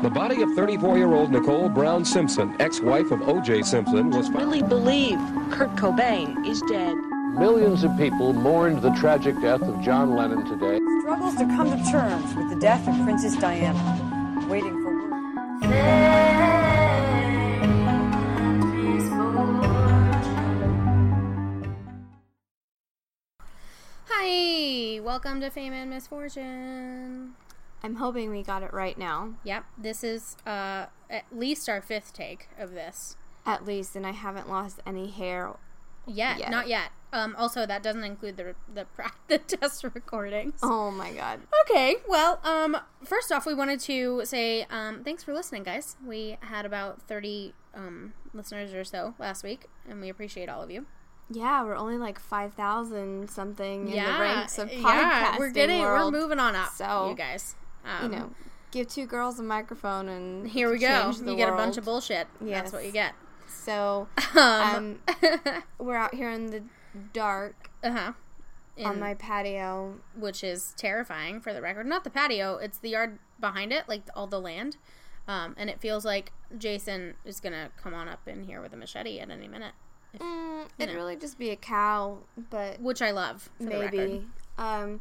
The body of 34 year old Nicole Brown Simpson, ex wife of O.J. Simpson, was found. really believe Kurt Cobain is dead. Millions of people mourned the tragic death of John Lennon today. struggles to come to terms with the death of Princess Diana, waiting for word. Hi, welcome to Fame and Misfortune. I'm hoping we got it right now, Yep, this is uh, at least our fifth take of this. at least, and I haven't lost any hair. Yet, Yet. not yet. Um, also, that doesn't include the the, pra- the test recordings. Oh my god. Okay, well, um, first off, we wanted to say um, thanks for listening, guys. We had about thirty um, listeners or so last week, and we appreciate all of you. Yeah, we're only like 5,000 something in the ranks of podcasting. yeah, we're getting world. we're moving on up. So, you guys, You um, know, give two girls a microphone and here we go. change You the get a bunch world. of bullshit. That's Yes. what you get. So, Um, um, we're out here in the dark uh huh. on my patio. which is terrifying for the record. Not the patio, it's the yard behind it, like all the land. Um, and it feels like Jason is gonna come on up in here with a machete at any minute, if- Mm, it'd know. really just be a cow, but which I love. For The record. maybe. Um,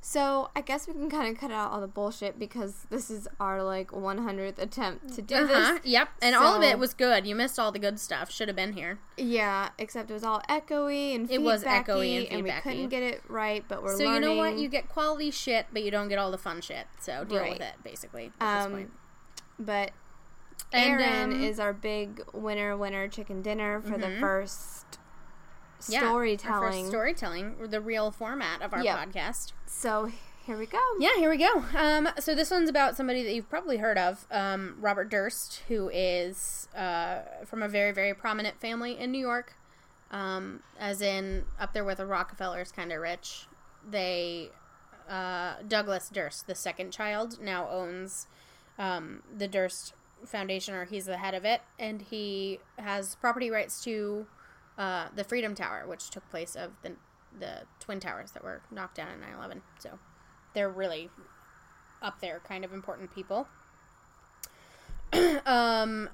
so I guess we can kind of cut out all the bullshit because this is our like 100th attempt to do Uh-huh. this. Yep, and all of So- it was good. You missed all the good stuff. Should have been here. Yeah, except it was all echoey and It was feedbacky, echoey and we feedbacky. couldn't get it right. But we're so learning. you know what? You get quality shit, but you don't get all the fun shit. So deal Right. with it, basically. At Um, this point. but And, Aaron um, Mm-hmm. is our big winner, winner chicken dinner for the first yeah, our first storytelling. storytelling, the real format of our Yep. podcast. so here we go. Yeah, here we go. Um, so this one's about somebody that you've probably heard of, um, Robert Durst, who is uh, from a very, very prominent family in New York, um, as in up there with the Rockefellers, kind of rich. They uh, Douglas Durst, the second child, now owns um, the Durst Foundation, or he's the head of it, and he has property rights to uh, the Freedom Tower, which took place of the the twin towers that were knocked down in 9-11. So they're really up there, kind of important people. um,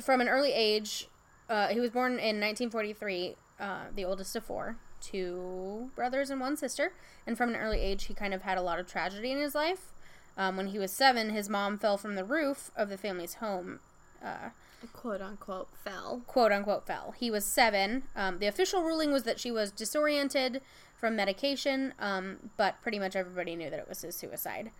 from an early age, uh, he was born in 1943, uh, the oldest of four, two brothers and one sister. And from an early age, he kind of had a lot of tragedy in his life. Um, when he was seven, his mom fell from the roof of the family's home Quote unquote fell. quote unquote fell. He was seven. Um, the official ruling was that she was disoriented from medication, um, but pretty much everybody knew that it was his suicide.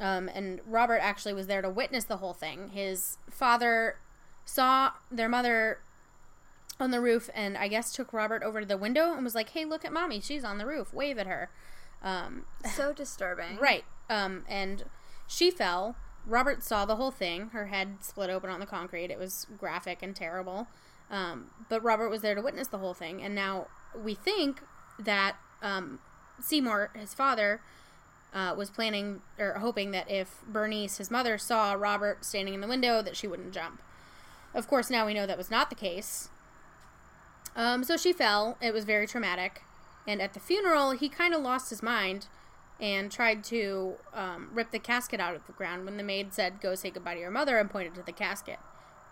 Um, and Robert actually was there to witness the whole thing. His father saw their mother on the roof and I guess took Robert over to the window and was like, hey, look at mommy. She's on the roof. Wave at her. Um, So disturbing. Right. Um, and she fell. Robert saw the whole thing. Her head split open on the concrete. It was graphic and terrible. Um, but Robert was there to witness the whole thing. And now we think that um, Seymour, his father, uh, was planning or hoping that if Bernice, his mother, saw Robert standing in the window, that she wouldn't jump. Of course, now we know that was not the case. Um, so she fell. It was very traumatic. And at the funeral, he kind of lost his mind and tried to um, rip the casket out of the ground when the maid said, Go say goodbye to your mother, and pointed to the casket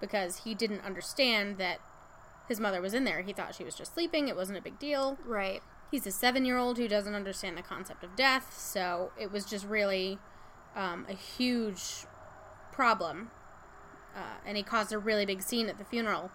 because he didn't understand that his mother was in there. He thought she was just sleeping, it wasn't a big deal. Right. He's a seven year old who doesn't understand the concept of death, so it was just really um, a huge problem. Uh, and he caused a really big scene at the funeral.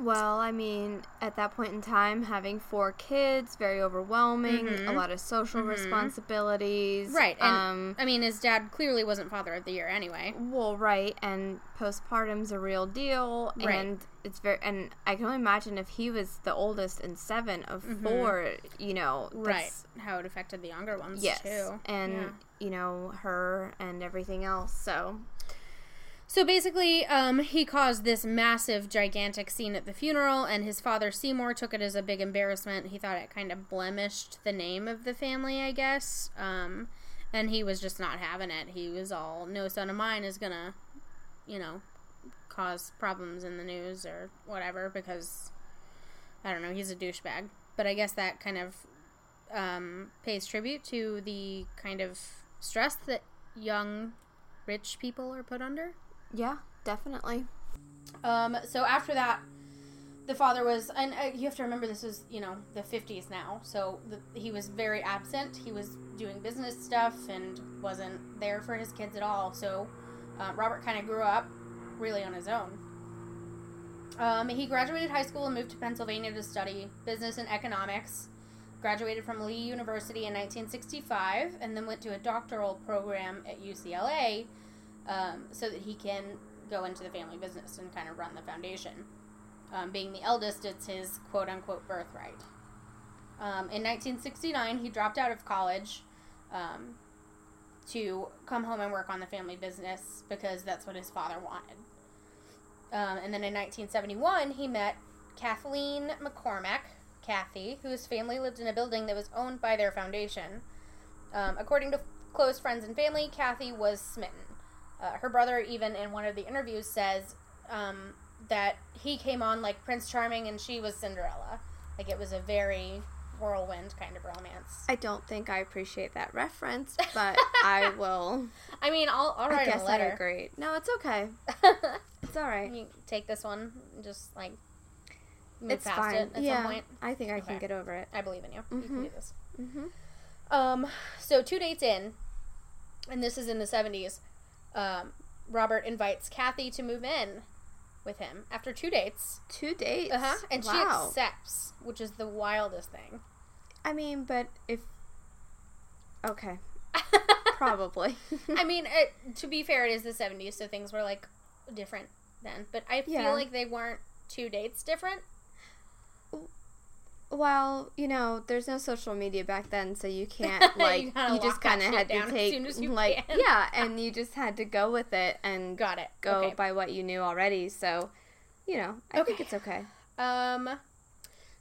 Well, I mean, at that point in time, having four kids, very overwhelming, a lot of social responsibilities. Right. And, um, I mean, his dad clearly wasn't father of the year anyway. well, right, and postpartum's a real deal, Right. and it's very, and I can only imagine if he was the oldest and seven of four, you know, Right. that's- How it affected the younger ones, yes, too. and Yeah. you know her and everything else. So So basically, um, he caused this massive, gigantic scene at the funeral, and his father Seymour took it as a big embarrassment. He thought it kind of blemished the name of the family, I guess. Um, and he was just not having it. He was all, no son of mine is gonna, you know, cause problems in the news or whatever because, I don't know, he's a douchebag. But I guess that kind of um, pays tribute to the kind of stress that young rich people are put under. Yeah, definitely. Um, so after that, the father was, and uh, you have to remember this was, you know, the 50s now. So the, he was very absent. He was doing business stuff and wasn't there for his kids at all. So uh, Robert kind of grew up really on his own. Um, he graduated high school and moved to Pennsylvania to study business and economics. Graduated from Lee University in 1965 and then went to a doctoral program at UCLA um, so that he can go into the family business and kind of run the foundation. Um, being the eldest, it's his quote unquote birthright. Um, in 1969, he dropped out of college um, to come home and work on the family business because that's what his father wanted. Um, and then in 1971, he met Kathleen McCormack, Kathy, whose family lived in a building that was owned by their foundation. Um, according to close friends and family, Kathy was smitten. Uh, her brother, even in one of the interviews, says um, that he came on like Prince Charming and she was Cinderella. Like it was a very whirlwind kind of romance. I don't think I appreciate that reference, but I will. I mean, I'll, I'll I write guess a I letter. agree. No, it's okay. It's all right. you take this one, and just like move It's past fine. it at yeah, some point. I think I Okay. can get over it. I believe in you. You can do Mm-hmm. this. Um, so two dates in, and this is in the seventies. Um, Robert invites Kathy to move in with him after two dates, Two dates. uh-huh. and she wow. accepts, which is the wildest thing. I mean, but if okay, probably. I mean, it, to be fair, it is the seventies, so things were like different then. But I feel Yeah. like they weren't two dates different. well, you know, there's no social media back then, so you can't You like you, gotta just lock that kind of shit had down to as take soon as you like can. yeah, and you just had to go with it and Got it. go Okay. by what you knew already. So, you know, I think it's okay. Um,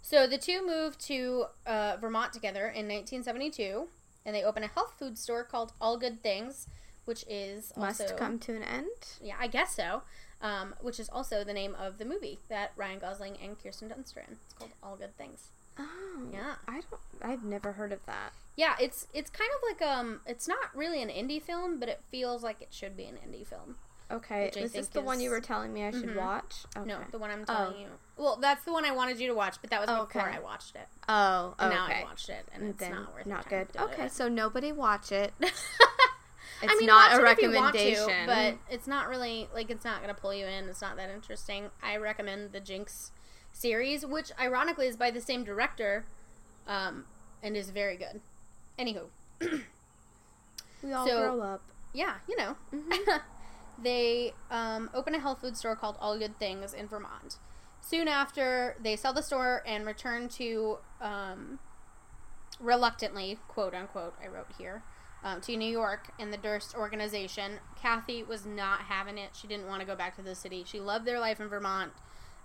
so the two moved to uh, Vermont together in 1972, and they open a health food store called All Good Things, which is Must also, come to an end. Yeah, I guess so. Um, which is also the name of the movie that Ryan Gosling and Kirsten Dunst are in. It's called All Good Things. Oh, Yeah. I don't. I've never heard of that. Yeah, it's it's kind of like um, it's not really an indie film, but it feels like it should be an indie film. Okay, Which I is this think the one you is- Mm-hmm. were telling me I should watch? Okay. Oh. No, the one I'm telling you. Well, that's the one I wanted you to watch, but that was before Okay. I watched it. Oh, okay. And Now I watched it, and it's Then not worth not your time good. to do Okay, it. so nobody watch it. It's I mean, not watch a it if you want to, recommendation, but Mm-hmm. it's not really like it's not going to pull you in. It's not that interesting. I recommend the Jinx series, which ironically is by the same director, um, and is very good. Anywho, we all so- grow up. yeah, you know, they um, open a health food store called All Good Things in Vermont. Soon after, they sell the store and return to um, reluctantly, quote unquote, I wrote here, um, to New York and the Durst organization. Kathy was not having it. She didn't want to go back to the city. She loved their life in Vermont,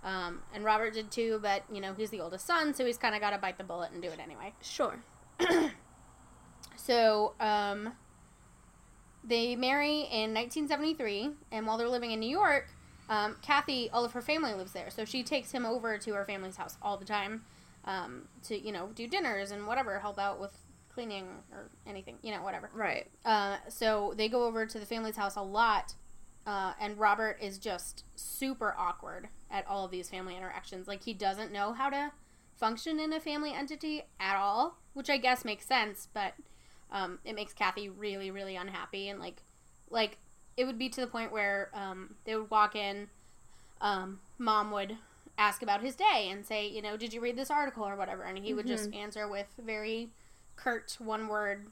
um, and Robert did too, but, you know, he's the oldest son, so he's kind of got to bite the bullet and do it anyway. Sure. So, um, they marry in 1973, and while they're living in New York, um, Kathy, all of her family lives there, so she takes him over to her family's house all the time um, to, you know, do dinners and whatever, help out with cleaning or anything, you know, whatever. Right. Uh, so they go over to the family's house a lot, uh, and Robert is just super awkward at all of these family interactions. Like he doesn't know how to function in a family entity at all, which I guess makes sense, but um, it makes Kathy really, really unhappy. And like, like it would be to the point where um, they would walk in, um, mom would ask about his day and say, you know, did you read this article or whatever, and he would just answer with very curt one word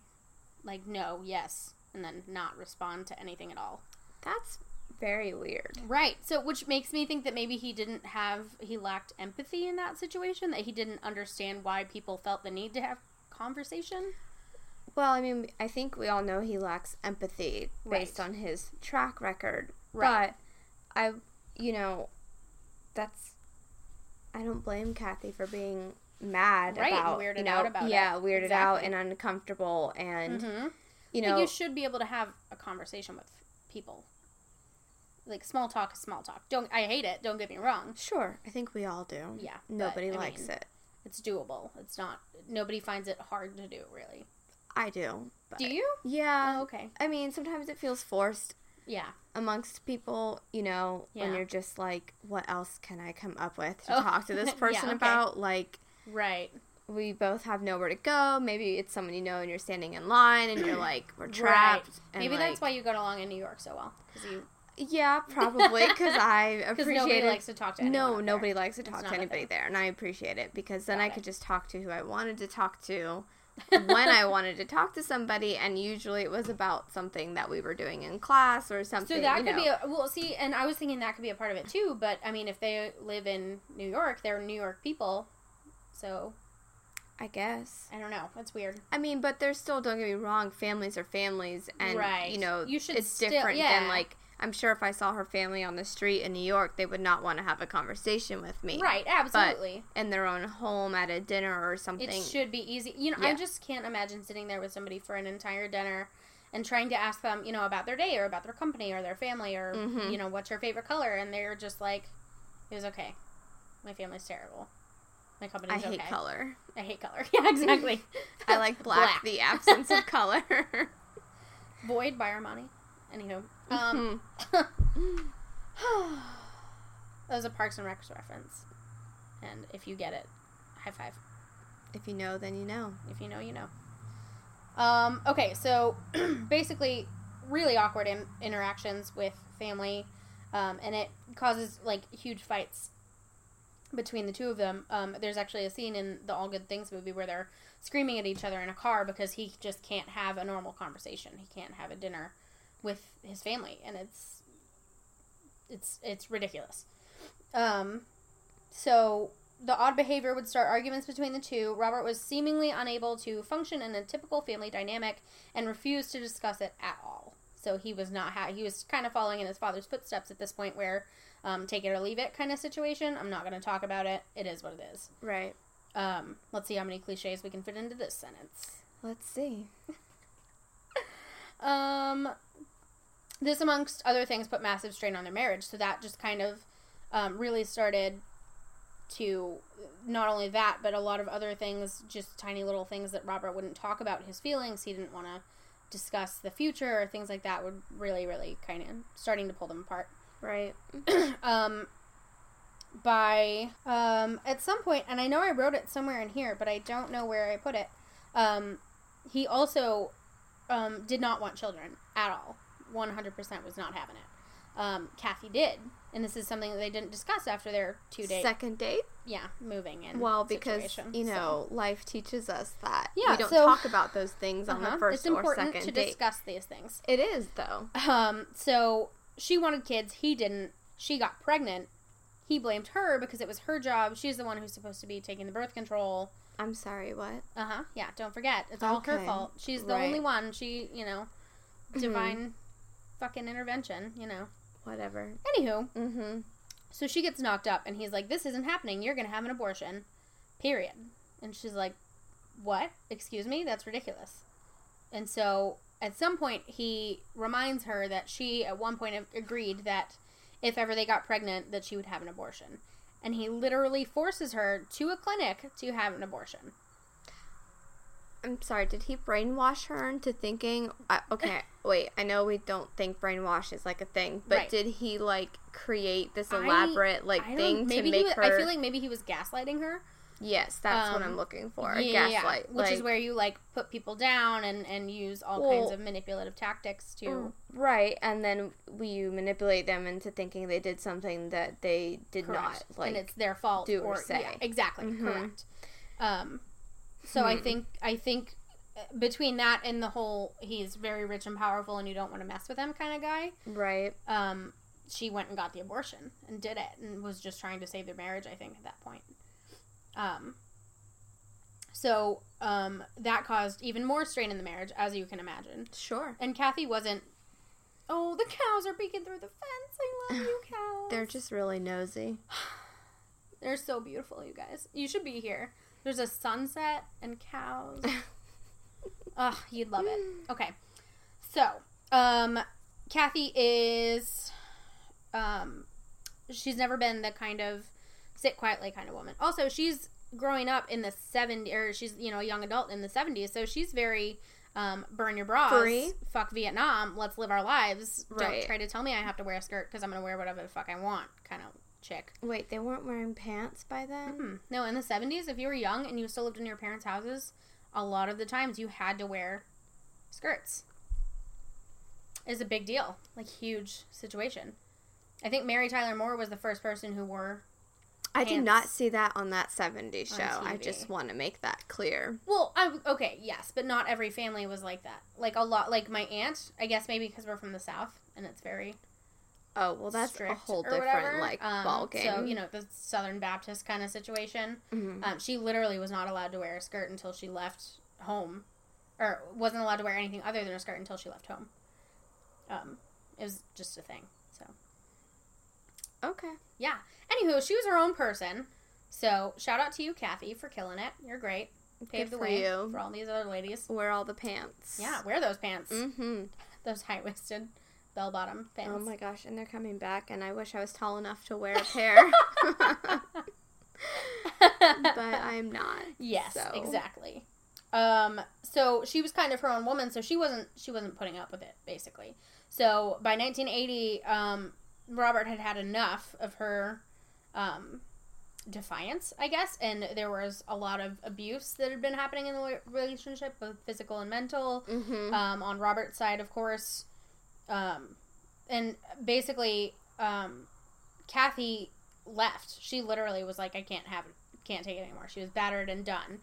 like no, yes, and then not respond to anything at all. That's very weird. Right. So which makes me think that maybe he didn't have he lacked empathy in that situation, that he didn't understand why people felt the need to have conversation. Well, I mean, I think we all know he lacks empathy based Right. on his track record. Right. But I, you know, that's. I don't blame Kathy for being mad Right, and about weirded you know, out about it. yeah, weirded out Exactly. Mm-hmm. and uncomfortable and you But know you should be able to have a conversation with people. Like small talk is small talk. Don't I hate it, don't get me wrong. sure. I think we all do. Yeah, but, nobody I likes mean- it. It's doable. It's not nobody finds it hard to do really. I do. But Do you? Yeah. Oh, okay. I mean, sometimes it feels forced. Yeah. amongst people, you know, when Yeah. you're just like, what else can I come up with to Oh, talk to this yeah, person okay. about? Like, Right. we both have nowhere to go. Maybe it's someone you know and you're standing in line and you're like, we're trapped. Right. and, Maybe that's why like- you got along in New York so well because you Yeah, probably because I because appreciate nobody it. likes to talk to anyone. no, up nobody there. likes to It's talk not to a anybody thing. there, and I appreciate it because then Got I it. could just talk to who I wanted to talk to when I wanted to talk to somebody, and usually it was about something that we were doing in class or something. So that you could know. be a, well. See, and I was thinking that could be a part of it too. But I mean, if they live in New York, they're New York people. So I guess. I don't know. It's weird. I mean, but there's still don't get me wrong, families are families, and Right. you know, You should it's still- different yeah. than like I'm sure if I saw her family on the street in New York, they would not want to have a conversation with me, Right. Absolutely. But in their own home at a dinner or something, It should be easy. You know, I Yeah. just can't imagine sitting there with somebody for an entire dinner and trying to ask them, you know, about their day or about their company or their family or Mhm. you know, what's your favorite color, and they're just like, "It was okay. My family's terrible. My I company's hate okay. color. I hate color. Yeah, exactly. I like black, the absence of color. Void by Armani. Anywho, um, um, that was a Parks and Recs reference, and if you get it, high five. if you know, then you know. If you know, you know. Um, okay, so basically, really awkward in- interactions with family, um, and it causes like huge fights between the two of them. Um, there's actually a scene in the All Good Things movie where they're screaming at each other in a car because he just can't have a normal conversation. He can't have a dinner with his family, and it's it's it's ridiculous. Um, so the odd behavior would start arguments between the two. Robert was seemingly unable to function in a typical family dynamic and refused to discuss it at all. So he was not ha- he was kind of following in his father's footsteps at this point, where um, take it or leave it kind of situation. I'm not going to talk about it. It is what it is. Right. Um, let's see how many cliches we can fit into this sentence. Let's see. Um, this, amongst other things, put massive strain on their marriage. So that just kind of um, really started to not only that, but a lot of other things, just tiny little things that Robert wouldn't talk about his feelings. He didn't want to discuss the future or things like that would really, really kind of starting to pull them apart Right. um by um at some point and I know I wrote it somewhere in here but I don't know where I put it um he also um did not want children at all 100% was not having it um Kathy did and this is something that they didn't discuss after their two days Second date. yeah moving and Well, because situation, you so. know, life teaches us that Yeah, we don't so- talk about those things on Uh-huh. the first it's important or second to date. discuss these things It is though. Um, so she wanted kids, he didn't. She got pregnant. He blamed her because it was her job. She's the one who's supposed to be taking the birth control. I'm sorry. What? Uh huh. Yeah, don't forget. It's all her Okay. fault. She's the Right. Mm-hmm. only one. She, you know, divine fucking intervention, you know. Whatever. Anywho, Mm-hmm. so she gets knocked up and he's like, This isn't happening. You're going to have an abortion. Period. And she's like, What? Excuse me? That's ridiculous. And so at some point, he reminds her that she, at one point, ag- agreed that if ever they got pregnant, that she would have an abortion. And he literally forces her to a clinic to have an abortion. I'm sorry. Did he brainwash her into thinking? Uh, okay, wait. I know we don't think brainwash is like a thing, but Right. did he like create this I- elaborate like I don't- thing maybe to he make was, her? I feel like maybe he was gaslighting her. yes, that's what um, I'm looking for. Yeah, gaslight, which is like- where you like put people down and and use all kinds Well- of manipulative tactics to. right, and then we you manipulate them into thinking they did something that they did Correct. not like. and it's their fault do or yeah, say. exactly Mhm. correct um so Hmm. i think i think uh, between that and the whole he's very rich and powerful and you don't want to mess with him kind of guy right. um she went and got the abortion and did it and was just trying to save their marriage i think at that point um so um that caused even more strain in the marriage as you can imagine Sure. and kathy wasn't oh the cows are peeking through the fence i love you cows They're just really nosy. They're so beautiful, you guys. You should be here. There's a sunset and cows. Ugh, you'd love it. Okay. So, um, Kathy is, um, she's never been the kind of sit quietly kind of woman. Also, she's growing up in the 70s, or she's, you know, a young adult in the 70s, so she's very um, burn your bras, Free. fuck Vietnam, let's live our lives. Right. Don't try to tell me I have to wear a skirt because I'm going to wear whatever the fuck I want, kind of chick. Wait, they weren't wearing pants by then? Hmm. No, in the 70s, if you were young and you still lived in your parents' houses, a lot of the times you had to wear skirts. It's a big deal, like huge situation. I think Mary Tyler Moore was the first person who wore. I did not Pants. see that on that 70s On show. I TV. just want to make that clear. Well, I okay, yes, but not every family was like that. Like a lot, like my aunt. I guess maybe because we're from the south and it's very Oh, well, that's a strict whole or different, whatever. like, Um, ball game. So you know the Southern Baptist kind of situation. Mm-hmm. Um, she literally was not allowed to wear a skirt until she left home, or wasn't allowed to wear anything other than a skirt until she left home. Um, it was just a thing. So Okay. yeah. Anywho, she was her own person. So shout out to you, Kathy, for killing it. You're great. Paved the for way you. for all these other ladies. Wear all the pants. Yeah, wear those pants. Mm-hmm. Those high waisted bell bottom pants. Oh my gosh, and they're coming back, and I wish I was tall enough to wear a pair. but I'm not. Yes, So- exactly. Um, so she was kind of her own woman, so she wasn't she wasn't putting up with it basically. So by 1980, um, Robert had had enough of her um, defiance, I guess, and there was a lot of abuse that had been happening in the rela- relationship, both physical and mental. Um, on Robert's side, of course, um, and basically, um, Kathy left. She literally was like, I can't have it, can't take it anymore. She was battered and done.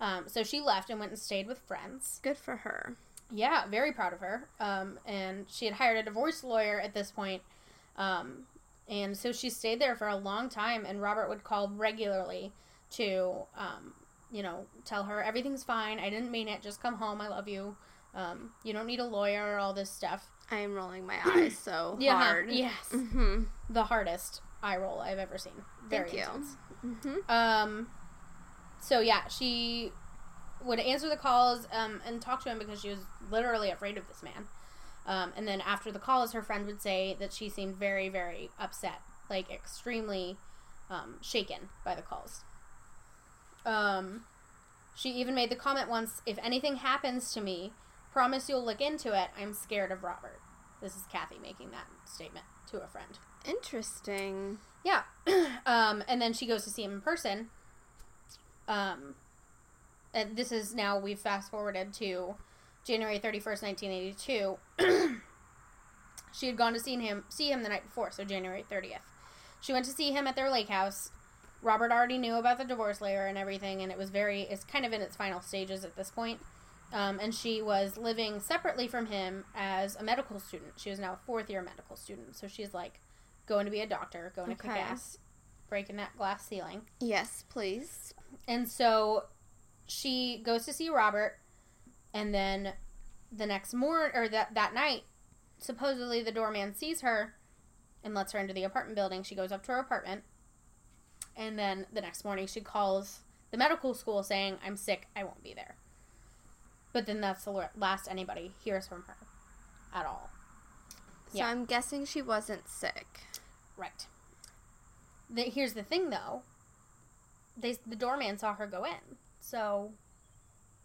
Um, so she left and went and stayed with friends. Good for her. Yeah, very proud of her. Um, and she had hired a divorce lawyer at this point. Um, and so she stayed there for a long time, and Robert would call regularly to, um, you know, tell her everything's fine. I didn't mean it. Just come home. I love you. Um, you don't need a lawyer or all this stuff. I am rolling my eyes so Yeah, hard. Yes. Mm-hmm. The hardest eye roll I've ever seen. Very Thank you. intense. Mm-hmm. Um, so yeah, she would answer the calls um, and talk to him because she was literally afraid of this man. Um, and then after the calls, her friend would say that she seemed very, very upset, like extremely um, shaken by the calls. Um, she even made the comment once if anything happens to me, promise you'll look into it. I'm scared of Robert. This is Kathy making that statement to a friend. Interesting. Yeah. um, and then she goes to see him in person. Um, and this is now we've fast forwarded to January 31st, 1982. she had gone to see him see him the night before, so January 30th. She went to see him at their lake house. Robert already knew about the divorce lawyer and everything, and it was very it's kind of in its final stages at this point. Um, and she was living separately from him as a medical student. She was now a fourth year medical student, so she's like going to be a doctor, going to Okay. kick ass, breaking that glass ceiling. Yes, please. And so she goes to see Robert, and then the next morning or that that night, supposedly the doorman sees her and lets her into the apartment building. She goes up to her apartment, and then the next morning she calls the medical school saying, "I'm sick. I won't be there." But then that's the la- last anybody hears from her at all. So Yeah. I'm guessing she wasn't sick. Right. The, here's the thing, though. They the doorman saw her go in, so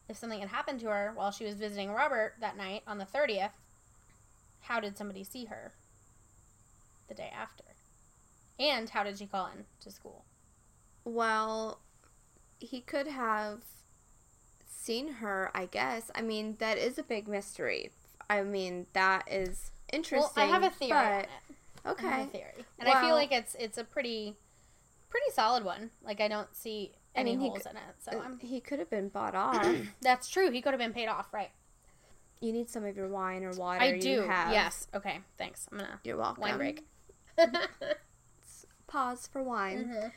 if something had happened to her while she was visiting Robert that night on the thirtieth, how did somebody see her the day after? And how did she call in to school? Well, he could have seen her, I guess. I mean, that is a big mystery. I mean, that is Well, interesting. I have a theory. on but- it. Okay. I have a theory, and I feel Well- like it's it's a pretty pretty solid one. Like I don't see I any mean, he holes c- in it. So Uh, I'm, He could have been bought off. that's true. He could have been paid off, right? you need some of your wine or water. I you do. have. Yes. Okay. Thanks. I'm gonna You're welcome. wine break. Pause for wine. Mm-hmm.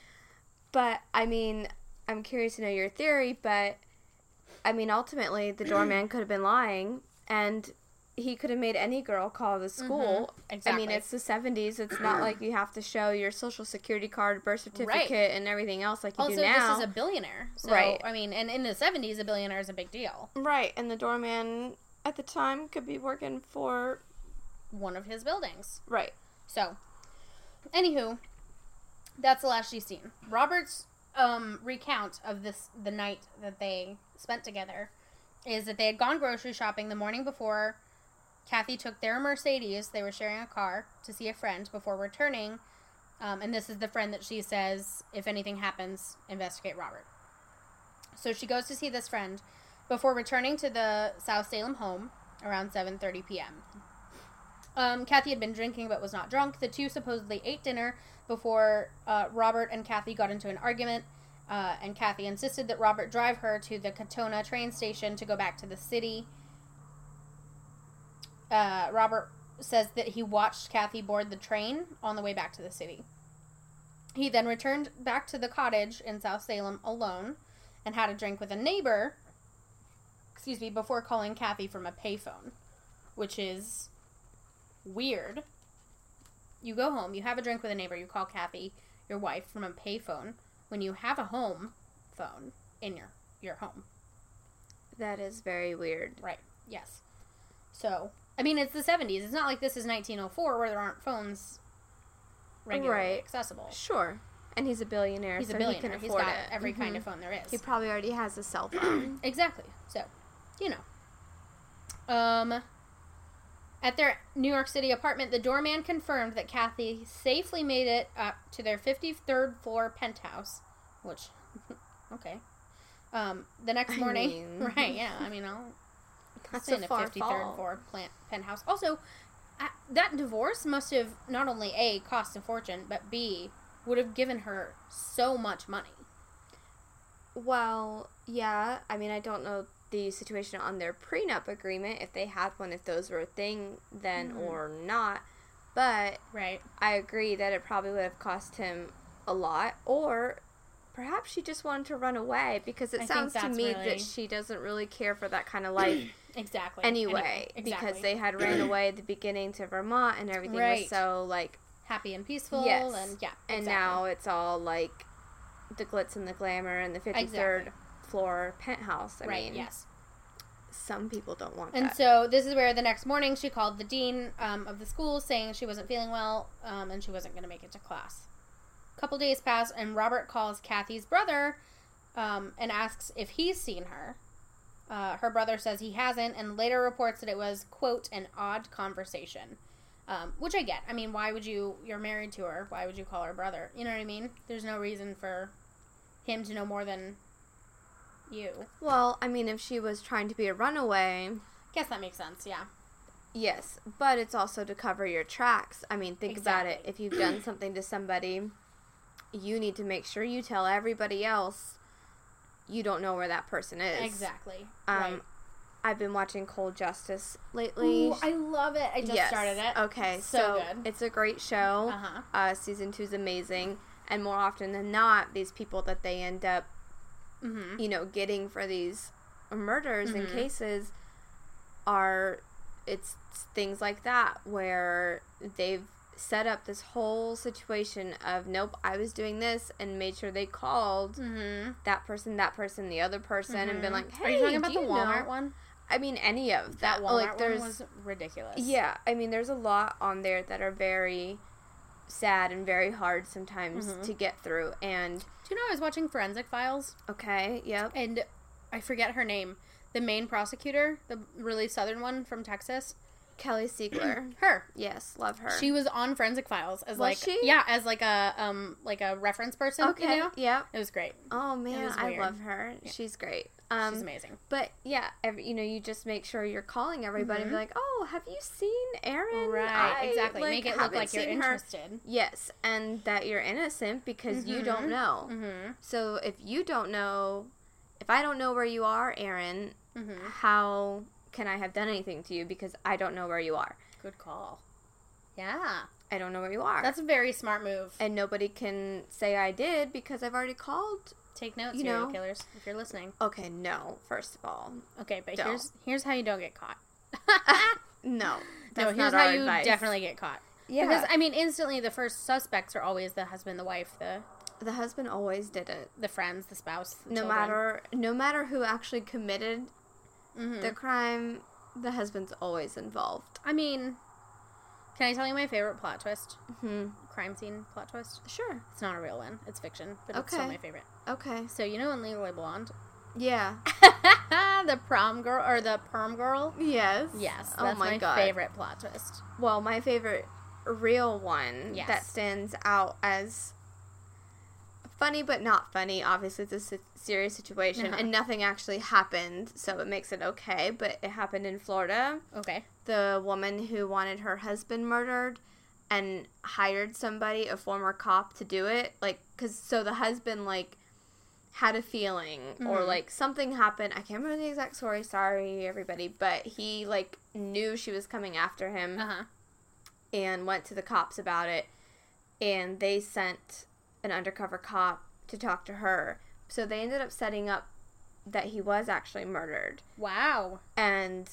But I mean, I'm curious to know your theory. But I mean, ultimately, the doorman could have been lying, and he could have made any girl call the school. I Mm-hmm. Exactly. mean, it's the 70s. It's not like you have to show your social security card, birth certificate, and everything else like you Also, do now. this is a billionaire. So, Right. I mean, and in the 70s, a billionaire is a big deal. Right, and the doorman at the time could be working for One of his buildings. right. So, anywho, that's the last she's seen. Robert's um, recount of this the night that they spent together is that they had gone grocery shopping the morning before. Kathy took their Mercedes, they were sharing a car, to see a friend before returning. Um, and this is the friend that she says, if anything happens, investigate Robert. So she goes to see this friend before returning to the South Salem home around 7:30 p.m. Um, Kathy had been drinking but was not drunk. The two supposedly ate dinner before uh, Robert and Kathy got into an argument, uh, and Kathy insisted that Robert drive her to the Katona train station to go back to the city. Uh, Robert says that he watched Kathy board the train on the way back to the city. He then returned back to the cottage in South Salem alone and had a drink with a neighbor, excuse me, before calling Kathy from a payphone, which is weird. You go home, you have a drink with a neighbor, you call Kathy, your wife, from a payphone when you have a home phone in your your home. That is very weird. Right. Yes. So, I mean, it's the 70s. It's not like this is 1904 where there aren't phones regularly Right. accessible. Sure. And he's a billionaire, He's so a billionaire. he can He's afford got it. Mm-hmm. every kind of phone there is. He probably already has a cell phone. Exactly. So, you know. Um at their New York City apartment, the doorman confirmed that Kathy safely made it up to their 53rd floor penthouse, which okay. Um the next I morning, mean- right, yeah. I mean, I'll That's in a a far 53rd fall. floor plant penthouse. Also, I, that divorce must have not only A cost a fortune, but B would have given her so much money. Well, yeah. I mean, I don't know the situation on their prenup agreement if they had one, if those were a thing then Mm-hmm. or not. But Right. I agree that it probably would have cost him a lot, or perhaps she just wanted to run away because it I think sounds to that's me really- that she doesn't really care for that kind of life Exactly. anyway, because exactly. they had ran away at the beginning to Vermont and everything Right. was so like happy and peaceful yes, and yeah. and exactly. now it's all like the glitz and the glamour and the fifty third floor penthouse. I right, mean, yes. some people don't want And that. so this is where the next morning she called the dean um, of the school saying she wasn't feeling well um, and she wasn't going to make it to class. A couple days pass and Robert calls Kathy's brother um, and asks if he's seen her. Uh, her brother says he hasn't and later reports that it was quote an odd conversation, um, which I get. I mean, why would you? You're married to her. Why would you call her brother? You know what I mean? There's no reason for him to know more than you. well, I mean, if she was trying to be a runaway, Guess that makes sense. Yeah. yes, but it's also to cover your tracks. I mean, think about Exactly. it. If you've done something to somebody, you need to make sure you tell everybody else. You don't know where that person is. Exactly. Um, right. I've been watching Cold Justice lately. Ooh, I love it. I just Yes. started it. Okay, so, so, good. it's a great show. Uh-huh. Uh, season two is amazing, and more often than not, these people that they end up, Mm-hmm. you know, getting for these murders and cases are it's things like that where they've set up this whole situation of nope, I was doing this, and made sure they called that person, that person, the other person, and been like, hey, Mm-hmm. Are you talking about do the you know?" Walmart one? I mean, any of That that. Walmart Oh, like, one there's was ridiculous. yeah, I mean, there's a lot on there that are very sad and very hard sometimes Mm-hmm. to get through. And Do you know I was watching Forensic Files okay, yep, and I forget her name. The main prosecutor, the really southern one from Texas. Kelly Siegler. Her. yes, love her. She was on Forensic Files as Was like she? yeah, as like a um like a reference person. okay, You know? yep. It was great. Oh man, was I weird. love her. She's great. Um, She's amazing. But yeah, every, you know, you just make sure you're calling everybody. and be like, oh, have you seen Erin? Mm-hmm. Right. I, exactly. like, Make it look haven't like you're seen her." interested. Yes, and that you're innocent because you Mm-hmm. don't know. So if you don't know, if I don't know where you are, Aaron, Mm-hmm. how can I have done anything to you because I don't know where you are? Good call. Yeah. I don't know where you are. That's a very smart move. and nobody can say I did because I've already called. Take notes, you serial know. killers, if you're listening. Okay, no, first of all. Okay, but Don't. here's here's how you don't get caught. No. no, That's here's not how our you advice. definitely get caught. Yeah. Because I mean, instantly the first suspects are always the husband, the wife, the The husband always did it. the friends, the spouse. The no children. matter no matter who actually committed Mm-hmm. the crime, the husband's always involved. I mean, can I tell you my favorite plot twist? Mm-hmm. Crime scene plot twist. Sure. It's not a real one. It's fiction, but it's still Okay. my favorite. Okay. So you know in Legally Blonde Yeah. the prom girl or the perm girl. Yes. Yes, that's oh my, my god. favorite plot twist. Well, my favorite real one Yes. that stands out as funny but not funny. Obviously, it's a si- serious situation Uh-huh. and nothing actually happened, so it makes it okay. But it happened in Florida. Okay. The woman who wanted her husband murdered and hired somebody, a former cop, to do it, like, cause so the husband like had a feeling or like something happened. I can't remember the exact story. Sorry, everybody, but he like knew she was coming after him Uh huh. and went to the cops about it and they sent an undercover cop to talk to her so they ended up setting up that he was actually murdered Wow. and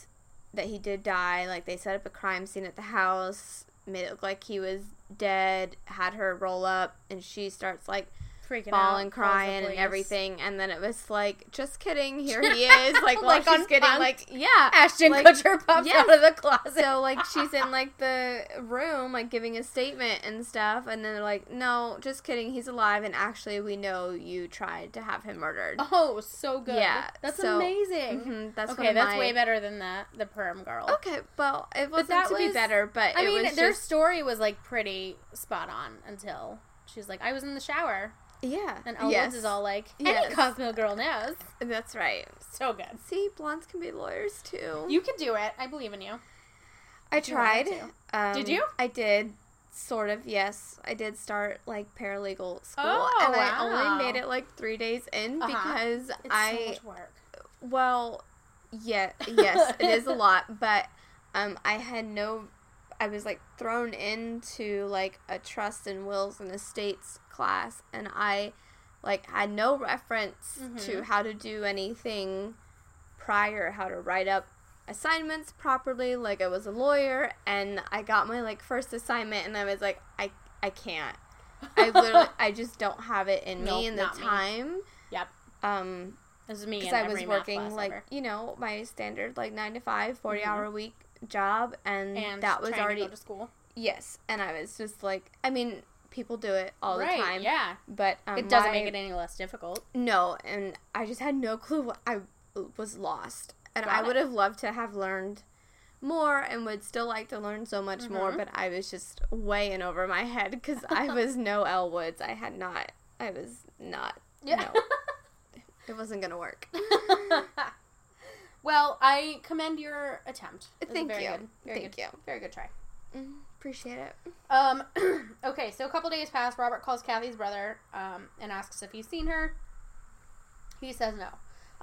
that he did die like they set up a crime scene at the house made it look like he was dead had her roll up and she starts like Freaking bawling out, calls the crying and police. everything and then it was like just kidding here he is Oh, like while Like she's on getting Punk'd. like yeah Ashton like, Kutcher pops yes. out of the closet. so like she's in like the room like giving a statement and stuff and then they're like no just kidding he's alive and actually we know you tried to have him murdered Oh, so good. Yeah, that's so- amazing. Mhm, that's one okay, of that's my- way better than the the perm girl. okay well it wasn't that to be was- better but I it mean, was their just, story was like pretty spot on until she's like, "I was in the shower," yeah and Elwood's yes, is all like, "Any Yes. Cosmo girl knows." that's right So good. see blondes can be lawyers too You can do it. I believe in you. I you wanted tried. Um, Did you? I did. Sort of, yes. I did start like paralegal school, Oh, and wow. I only made it like three days in Uh-huh. It's because so I much work. well, yeah, yes, it is a lot, but um, I had no. I was like thrown into like a trust and wills and estates class, and I like had no reference Mm-hmm. to how to do anything prior, how to write up assignments properly. Like I was a lawyer, and I got my like first assignment, and I was like, I I can't. I literally, I just don't have it in Nope, me and the not me. time. Yep, Um, this is me. because And I was every math working class like ever. Mm-hmm. you know my standard like nine to five 40 hour a week job and, and that was trying already to go to school. yes and I was just like I mean people do it all right? the time Yeah, but um, it doesn't my- make it any less difficult. no and I just had no clue what I was lost and Got I it. would have loved to have learned more and would still like to learn so much Mm-hmm. more but I was just way in over my head because I was no L Woods I had not I was not Yeah. no it wasn't gonna work well, I commend your attempt. It was Thank very you. Good. Very Thank good. you. Very good try. appreciate it. Um, okay, so a couple days pass. Robert calls Kathy's brother um, and asks if he's seen her. He says no.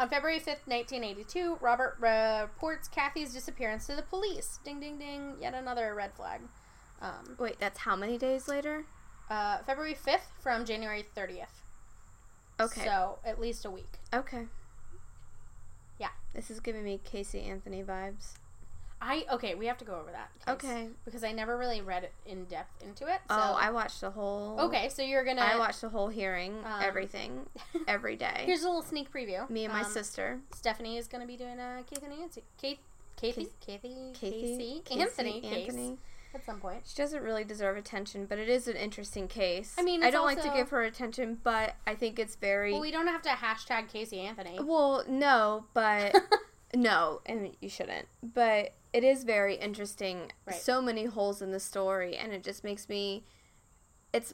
On February 5th, 1982, Robert reports Kathy's disappearance to the police. Ding, ding, ding. Yet another red flag. Um, Wait, that's how many days later? uh, February 5th from January 30th. Okay. So at least a week. Okay. Yeah. This is giving me Casey Anthony vibes. I okay. We have to go over that. case, Okay. Because I never really read it in depth into it. So. oh, I watched the whole. Okay, so you're gonna. I watched the whole hearing, Um, everything, every day. Here's a little sneak preview. me and my Um, sister. Stephanie is going to be doing a Keith and Nancy. Keith, Kathy, Kathy, Casey, Casey, Casey, Anthony, Anthony. Anthony. at some point. She doesn't really deserve attention, but it is an interesting case. I mean, I it's don't like to also- give her attention, but I think it's very. Well, we don't have to hashtag Casey Anthony. Well, no, but no, and you shouldn't. But it is very interesting. Right. So many holes in the story, and it just makes me. It's.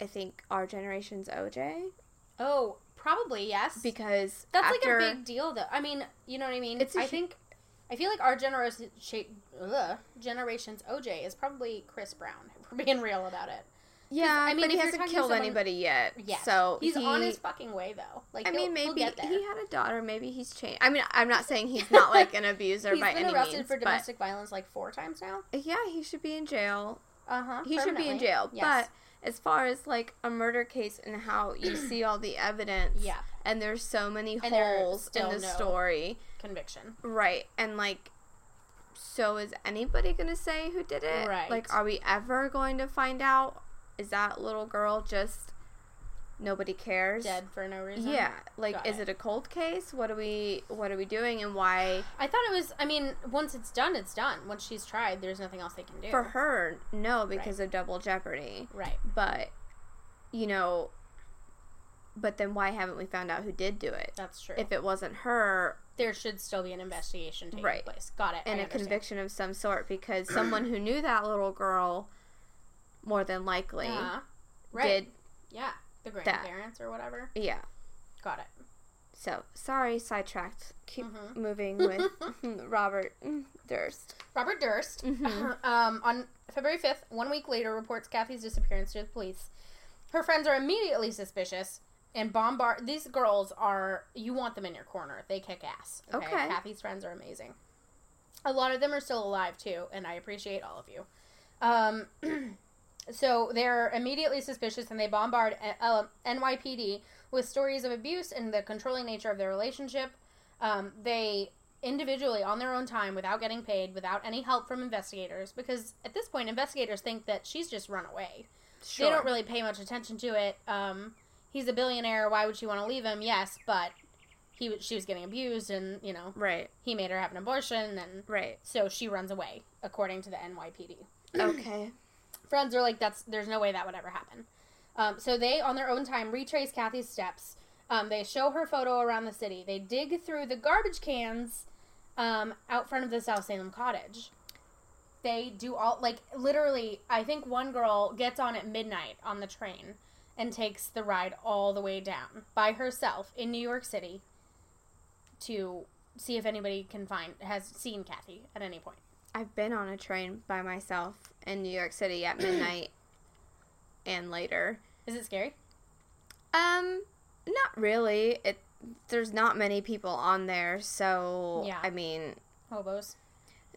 I think our generation's OJ Oh, probably yes. because that's after, like a big deal, though. I mean, you know what I mean. It's a I hu- think, I feel like our generation, ugh, generation's OJ is probably Chris Brown. If we're being real about it. Yeah, I I mean, mean, but if he you're hasn't talking to killed someone- anybody yet. Yeah. Yes. So he's on he- his fucking way, though. Like, I mean, he'll- he'll maybe get there. he had a daughter. Maybe he's changed. I mean, I'm not saying he's not like an abuser He's by been any arrested means, for but- domestic violence like four times now. yeah, he should be in jail. Uh huh. he should be in jail. But as far as like a murder case and how you see all the evidence, Yeah. and there's so many And there are holes in still the no- story, conviction. right? And like, so is anybody gonna say who did it? Right. Like, are we ever going to find out? Is that little girl just nobody cares? Dead for no reason. Yeah. Like, Got is it. it a cold case? What are we? What are we doing? And why? I thought it was. I mean, once it's done, it's done. Once she's tried, there's nothing else they can do. For her, no, because of double jeopardy. Right. but you know but then why haven't we found out who did do it? That's true. If it wasn't her there should still be an investigation taking Right. place. Got it. and I a understand. conviction of some sort, because someone who knew that little girl, more than likely, Uh-huh. Right. did yeah. The grandparents or whatever. yeah. Got it. So sorry, sidetracked. Keep Mm-hmm. moving with Robert Durst. Robert Durst, um, on February 5th, one week later, reports Kathy's disappearance to the police. Her friends are immediately suspicious and bombard. These girls are, you want them in your corner. They kick ass. Okay. Kathy's friends are amazing. A lot of them are still alive, too, and I appreciate all of you. Um, so they're immediately suspicious and they bombard uh, NYPD with stories of abuse and the controlling nature of their relationship. Um, they individually, on their own time, without getting paid, without any help from investigators, because at this point, investigators think that she's just run away. Sure. They don't really pay much attention to it. Um, he's a billionaire. Why would she want to leave him? Yes, but he was- she was getting abused, and you know, Right. he made her have an abortion, and Right. so she runs away, according to the NYPD Okay. friends are like that's there's no way that would ever happen um, so they on their own time retrace kathy's steps um, they show her photo around the city they dig through the garbage cans um, out front of the south salem cottage they do all like literally i think one girl gets on at midnight on the train and takes the ride all the way down by herself in new york city to see if anybody can find has seen kathy at any point I've been on a train by myself in New York City at midnight and later. is it scary Um, not really. It there's not many people on there, so Yeah. I mean, hobos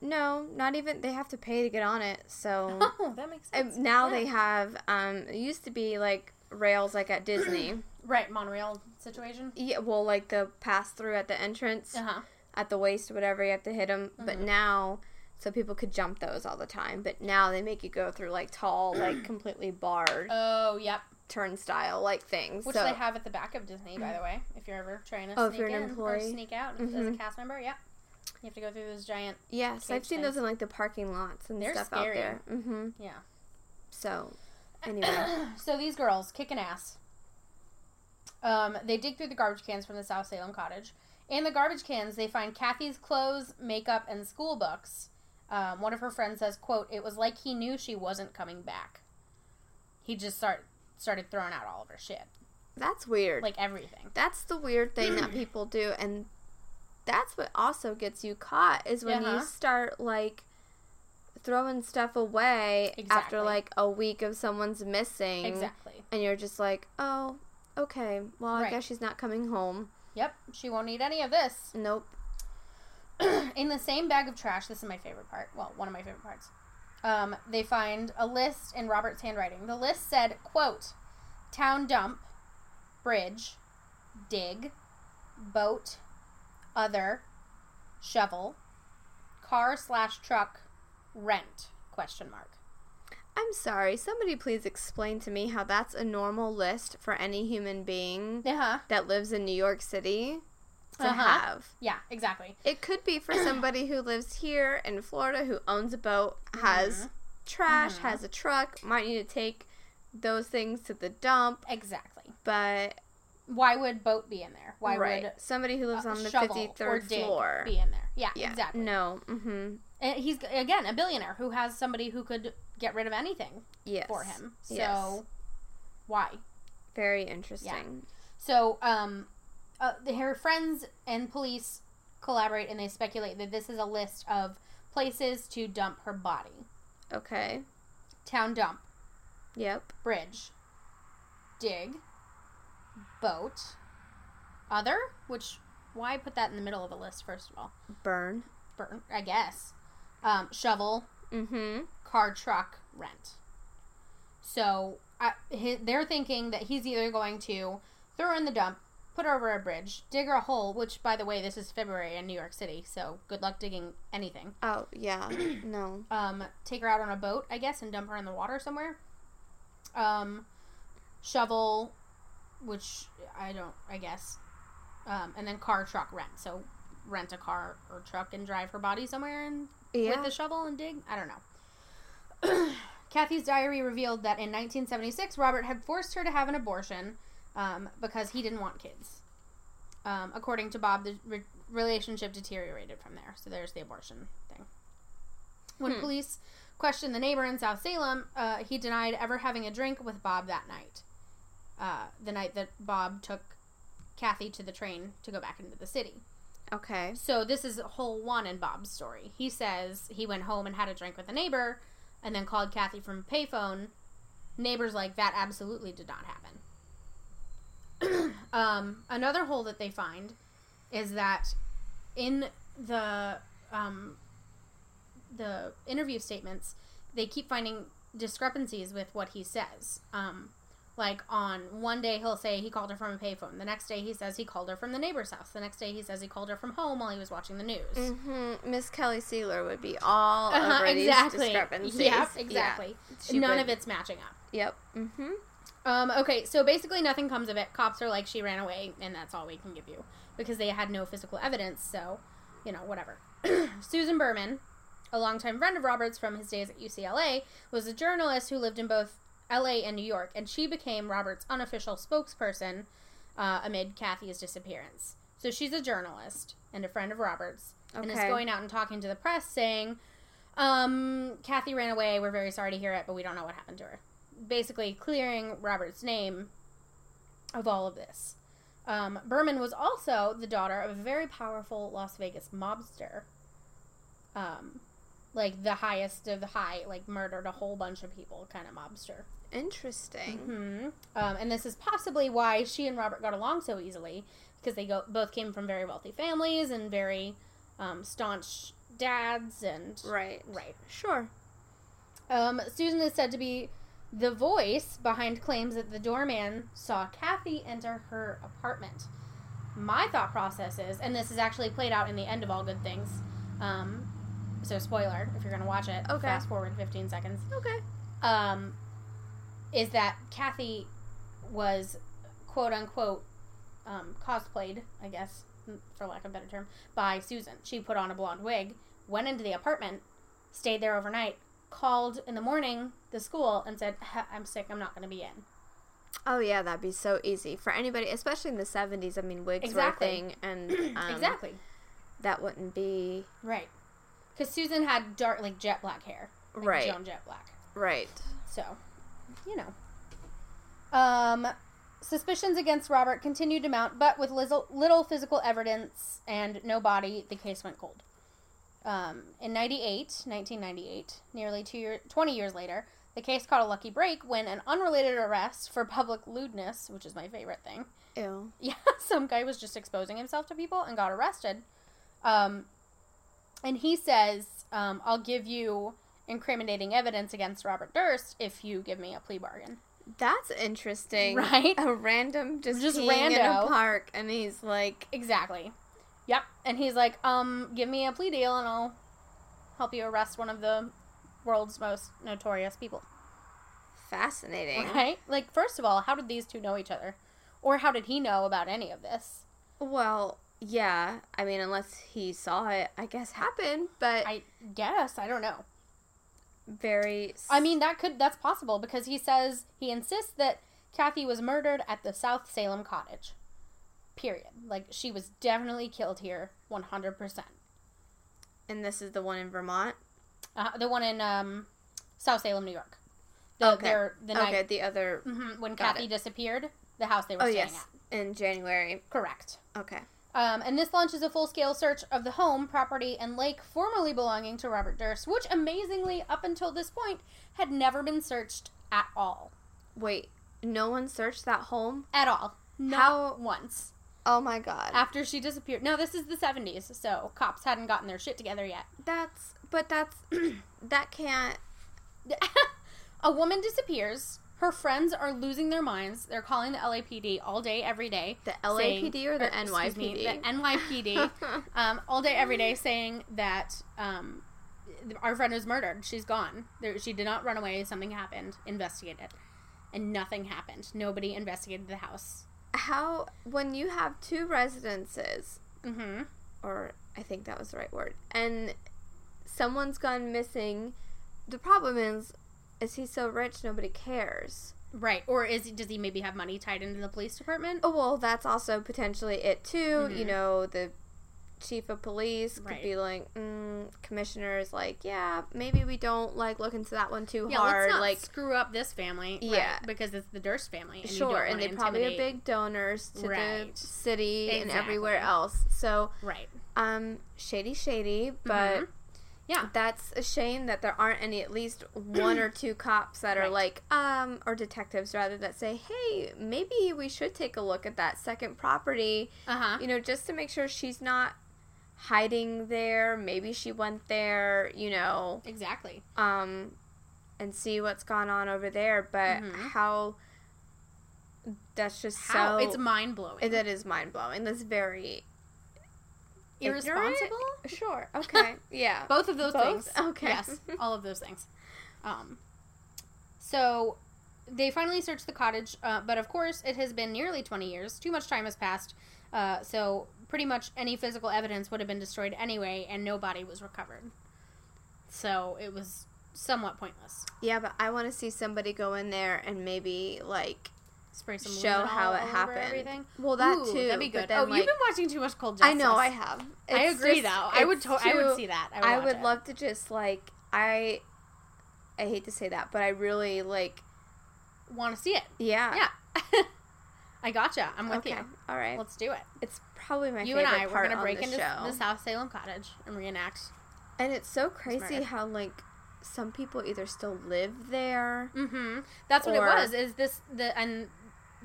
no, not even they have to pay to get on it. So oh that makes And sense now Yeah. they have um it used to be like rails like at Disney. Right, monorail situation. yeah, well like the pass through at the entrance Uh huh. at the waist whatever you have to hit them, but Mm-hmm. now so people could jump those all the time, but now they make you go through like tall like completely barred Oh, yep. turnstile like things. Which so they have at the back of Disney, by the way. If you're ever trying to Oh, if sneak you're an in or employee. Mm-hmm. sneak out as a cast member, yep. You have to go through those giant. yes, I've cage seen things. those in like the parking lots and They're stuff scary. out there. Mhm. Yeah. So anyway, So these girls kicking ass. Um, they dig through the garbage cans from the South Salem cottage. In the garbage cans, they find Kathy's clothes, makeup, and school books. Um, one of her friends says, "quote It was like he knew she wasn't coming back. He just start started throwing out all of her shit, that's weird. like everything." That's the weird thing that people do, and that's what also gets you caught is when Uh-huh. you start like throwing stuff away Exactly. after like a week of someone's missing, Exactly. and you're just like, oh, okay, well, I Right. guess she's not coming home. Yep, she won't need any of this. Nope. In the same bag of trash, this is my favorite part. Well, one of my favorite parts. Um, they find a list in Robert's handwriting. The list said, quote, town dump, bridge, dig, boat, other, shovel, car slash truck, rent, question mark. I'm sorry. Somebody please explain to me how that's a normal list for any human being Uh-huh. that lives in New York City to Uh-huh. have. Yeah, exactly. It could be for somebody who lives here in Florida who owns a boat, has trash, Uh-huh. has a truck, might need to take those things to the dump, Exactly. but Why would boat be in there? Why right, would somebody who lives uh, on the shovel fifty or third dig floor. be in there? Yeah, Yeah, exactly. No, mm-hmm. And he's again a billionaire who has somebody who could get rid of anything Yes, for him. So Yes. why? very interesting. So um, uh, her friends and police collaborate and they speculate that this is a list of places to dump her body: Okay, town dump, yep, bridge, dig, boat, other. Which why put that in the middle of a list? First of all, burn. burn. I guess um, shovel, Mm-hmm. car truck rent. So I, hi they're thinking that he's either going to throw her in the dump, put her over a bridge, dig her a hole, which, by the way, this is February in New York City, so good luck digging anything. Oh yeah, no. Um, take her out on a boat, I guess, and dump her in the water somewhere. Um, shovel, which I don't, I guess. Um, and then car truck rent. So rent a car or truck and drive her body somewhere and Yeah. with a shovel and dig? I don't know. Kathy's diary revealed that in 1976, Robert had forced her to have an abortion, um, because he didn't want kids. Um, according to Bob, the re- relationship deteriorated from there. So there's the abortion thing. When police questioned the neighbor in South Salem, uh, he denied ever having a drink with Bob that night. Uh, the night that Bob took Kathy to the train to go back into the city. Okay. So this is whole one in Bob's story. He says he went home and had a drink with a neighbor, and then called Kathy from a payphone. Neighbors like that absolutely did not happen. um, another hole that they find is that in the um, the interview statements, they keep finding discrepancies with what he says. Um, like on one day he'll say he called her from a payphone. The next day he says he called her from the neighbor's house. The next day he says he called her from home while he was watching the news. Mm-hmm. Miss Kelly Sealer would be all Uh-huh, over exactly. these discrepancies. Yep, Yeah. exactly. She None would- of it's matching up. Yep. Mm-hmm. Um, okay, so basically nothing comes of it. Cops are like, she ran away, and that's all we can give you. Because they had no physical evidence, so, you know, whatever. Susan Berman, a longtime friend of Roberts from his days at UCLA, was a journalist who lived in both LA and New York, and she became Roberts' unofficial spokesperson uh, amid Kathy's disappearance. So she's a journalist and a friend of Roberts, and is Okay. going out and talking to the press saying, um, Kathy ran away. We're very sorry to hear it, but we don't know what happened to her. Basically, clearing Robert's name of all of this. Um, Berman was also the daughter of a very powerful Las Vegas mobster. Um, like the highest of the high, like murdered a whole bunch of people kind of mobster. Interesting. hmm Um, and this is possibly why she and Robert got along so easily because they go, both came from very wealthy families and very um, staunch dads and Right. right. Sure. Um, Susan is said to be the voice behind claims that the doorman saw Kathy enter her apartment. My thought process is, and this is actually played out in the end of All Good Things. Um, so spoiler if you're going to watch it. Okay. Fast forward 15 seconds Okay. um, is that Kathy was quote unquote um, cosplayed, I guess, for lack of a better term, by Susan. She put on a blonde wig, went into the apartment, stayed there overnight, called in the morning the school and said, "Ha, I'm sick, I'm not going to be in. Oh yeah, that'd be so easy for anybody, especially in the seventies. I mean, wigs Exactly. were a thing, and um, exactly. that wouldn't be Right. Because Susan had dark, like jet black hair. Like Right. Joan Jet Black. right. So, you know. Um, suspicions against Robert continued to mount, but with little, little physical evidence and no body, the case went cold. Um, in 98, 1998, nearly two year, 20 years later, the case caught a lucky break when an unrelated arrest for public lewdness, which is my favorite thing, Ew. yeah, some guy was just exposing himself to people and got arrested. Um, and he says, um, I'll give you incriminating evidence against Robert Durst if you give me a plea bargain. That's interesting, Right? A random just Just peeing in a rando. park, and he's like, Exactly. Yep. And he's like, um, give me a plea deal and I'll help you arrest one of the world's most notorious people. fascinating. Right? Like, first of all, how did these two know each other? Or how did he know about any of this? Well, yeah. I mean, unless he saw it, I guess happen, but I guess. I don't know. very. s- I mean, that could that's possible because he says he insists that Kathy was murdered at the South Salem cottage. Period. Like she was definitely killed here, one hundred percent. and this is the one in Vermont. The one in um, South Salem, New York. The, their- the okay, night the Mm-hmm. other. mhm, when Got Kathy it. disappeared, the house they were Oh staying yes, at. in January. Correct. Okay. Um, and this launches a full scale search of the home, property, and lake formerly belonging to Robert Durst, which amazingly, up until this point, had never been searched at all. Wait, no one searched that home. At all. Not How- once. Oh my god. after she disappeared. No, this is the 70s, so cops hadn't gotten their shit together yet. That's but that's that can't a woman disappears. Her friends are losing their minds. They're calling the LAPD all day, every day. er, The LAPD or the excuse me, NYPD? the NYPD. um, all day, every day, saying that um, th- our friend was murdered. She's gone. There, she did not run away. Something happened. Investigate it. And nothing happened. Nobody investigated the house. how when you have two residences hmm or I think that was the right word and someone's gone missing the problem is is he's so rich nobody cares right? Or is does he maybe have money tied into the police department? Oh, well, that's also potentially it too. You know, the chief of police could Mm-hmm. Right. be like, mm, commissioner's like, yeah, maybe we don't like look into that one too yeah, hard. let's not like, screw up this family. Yeah. right, because it's the Durst family. And sure, and they probably are big big donors to Right. the city and Exactly. everywhere else. So, right. um, shady, shady, but. Mm-hmm. Yeah, That's a shame that there aren't any at least one or two cops that are Right. like um or detectives rather that say, "Hey, maybe we should take a look at that second property." uh huh. You know, just to make sure she's not hiding there, maybe she went there, you know, Exactly. um and see what's gone on over there, but how that's just Mm-hmm. How so it's mind blowing. it- that is mind blowing. That's very ignorant? Irresponsible. Sure. Okay. Yeah. Both of those Both? things. Okay. Yes, all of those things. Um, so they finally search the cottage, uh, but of course it has been nearly 20 years. Too much time has passed. Uh, so pretty much any physical evidence would have been destroyed anyway, and no body was recovered. So it was somewhat pointless. Yeah, but I want to see somebody go in there and maybe like Spray some show luminol how it over happened. Everything. Well, that Ooh, too, That'd be but good. then, oh, like- you've been watching too much Cold Justice. I know I have. I It's agree, just- though. I would. it's To- I would too- see that. I would, I watch would it. love to just like I. I hate to say that, but I really like. want to see it. Yeah. Yeah. I gotcha. I'm with Okay. you. All right. Let's do it. it's probably my you favorite and I, we're part gonna on break the into show. the South Salem cottage and reenact. and it's so crazy murder. how like some people either still live there. Mm-hmm. That's what Or- it was. Is this the and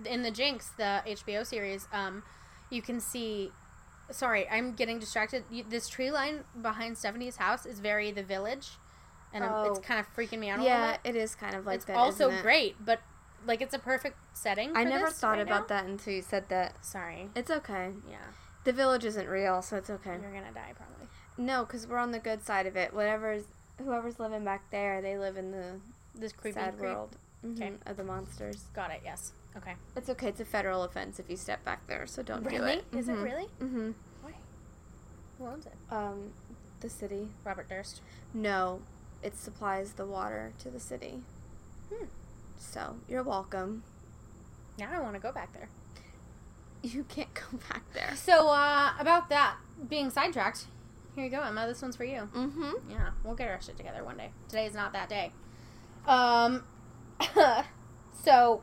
in the Jinx, the HBO series, um, you can see. Sorry, I'm getting distracted. You, this tree line behind Stephanie's house is very the village, and I'm- it's Oh. kind of freaking me out. A little Yeah, bit. it is kind of like it's that. also isn't it? great, but like it's a perfect setting. I for never this thought right about now. that until you said that. Sorry. It's okay. Yeah, The village isn't real, so it's okay. you're gonna die probably. No, because we're on the good side of it. Whatever's whoever's living back there, they live in the This creepy sad creep. world Okay. mhm, of the monsters. Got it. Yes. Okay. It's okay. It's a federal offense if you step back there, so don't do Really? it. Is it really? hmm Why? Who owns it? Um, the city. Robert Durst. No, it supplies the water to the city. Hmm. So you're welcome. Now I want to go back there. You can't go back there. So, uh, about that being sidetracked, here you go, Emma. This one's for you. Mm-hmm. Yeah, we'll get our shit together one day. Today's not that day. Um, so,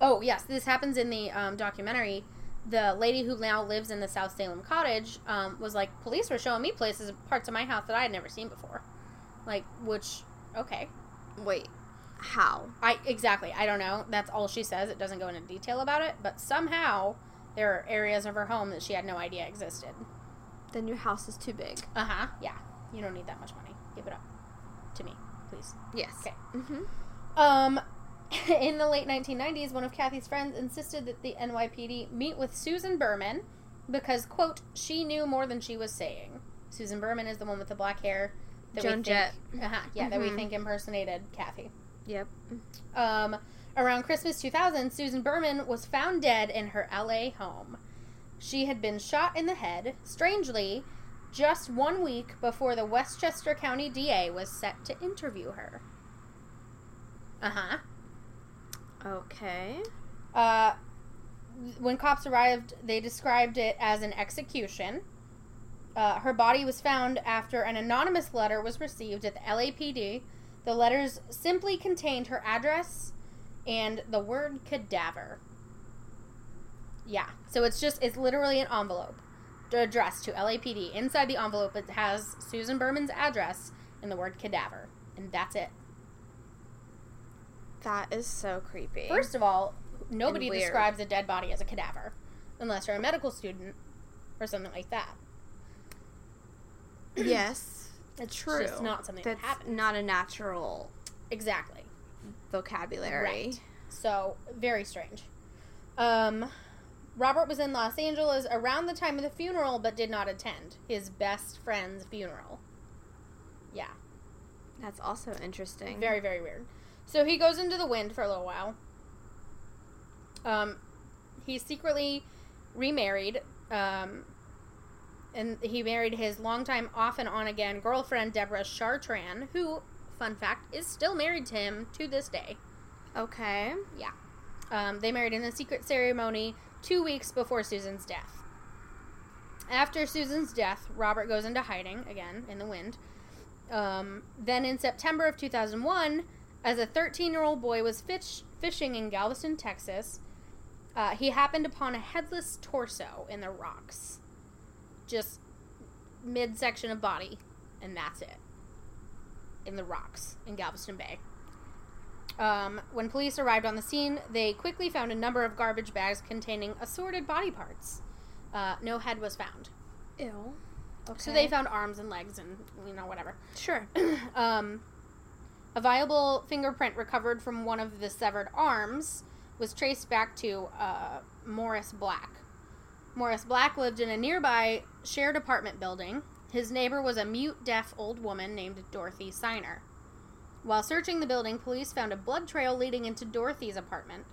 oh, yes, this happens in the um, documentary. The lady who now lives in the South Salem cottage um, was like, police were showing me places, parts of my house that I had never seen before. Like, which, okay. Wait, how? I exactly. I don't know. That's all she says. It doesn't go into detail about it, but somehow there are areas of her home that she had no idea existed. Then your house is too big. Uh huh. Yeah. You don't need that much money. Give it up to me, please. Yes. Okay. Mm-hmm. Um, in the late 1990s, one of Kathy's friends insisted that the NYPD meet with Susan Berman because, quote, she knew more than she was saying. Susan Berman is the one with the black hair. Joan we think, Jett. Uh-huh, yeah, that we Mhm. think impersonated Kathy. Yep. Um, around Christmas 2000, Susan Berman was found dead in her LA home. She had been shot in the head, strangely, just one week before the Westchester County DA was set to interview her. Uh huh. Okay. Uh, when cops arrived, they described it as an execution. Uh, her body was found after an anonymous letter was received at the LAPD. The letters simply contained her address and the word cadaver. Yeah, so it's just, it's literally an envelope addressed to LAPD. Inside the envelope, it has Susan Berman's address and the word cadaver. And that's it. That is so creepy. First of all, nobody weird. describes a dead body as a cadaver unless you're a medical student or something like that. yes, It's true. just not something That's that happens. not a natural exactly. vocabulary. Right. So, very strange. Um, Robert was in Los Angeles around the time of the funeral but did not attend his best friend's funeral. Yeah. That's also interesting. Very, very weird. So he goes into the wind for a little while. Um, he secretly remarried. Um, and he married his longtime off and on again girlfriend, Deborah Chartran, who, fun fact, is still married to him to this day. Okay. Yeah. Um, they married in a secret ceremony two weeks before Susan's death. After Susan's death, Robert goes into hiding again in the wind. Um, then in September of 2001, as a 13 year old boy was fish- fishing in Galveston, Texas, uh, he happened upon a headless torso in the rocks. Just midsection of body, and that's it. In the rocks in Galveston Bay. Um, when police arrived on the scene, they quickly found a number of garbage bags containing assorted body parts. Uh, no head was found. Ew. Okay. So they found arms and legs and, you know, whatever. Sure. Um, a viable fingerprint recovered from one of the severed arms was traced back to uh, Morris Black. Morris Black lived in a nearby shared apartment building. His neighbor was a mute, deaf old woman named Dorothy Siner. While searching the building, police found a blood trail leading into Dorothy's apartment.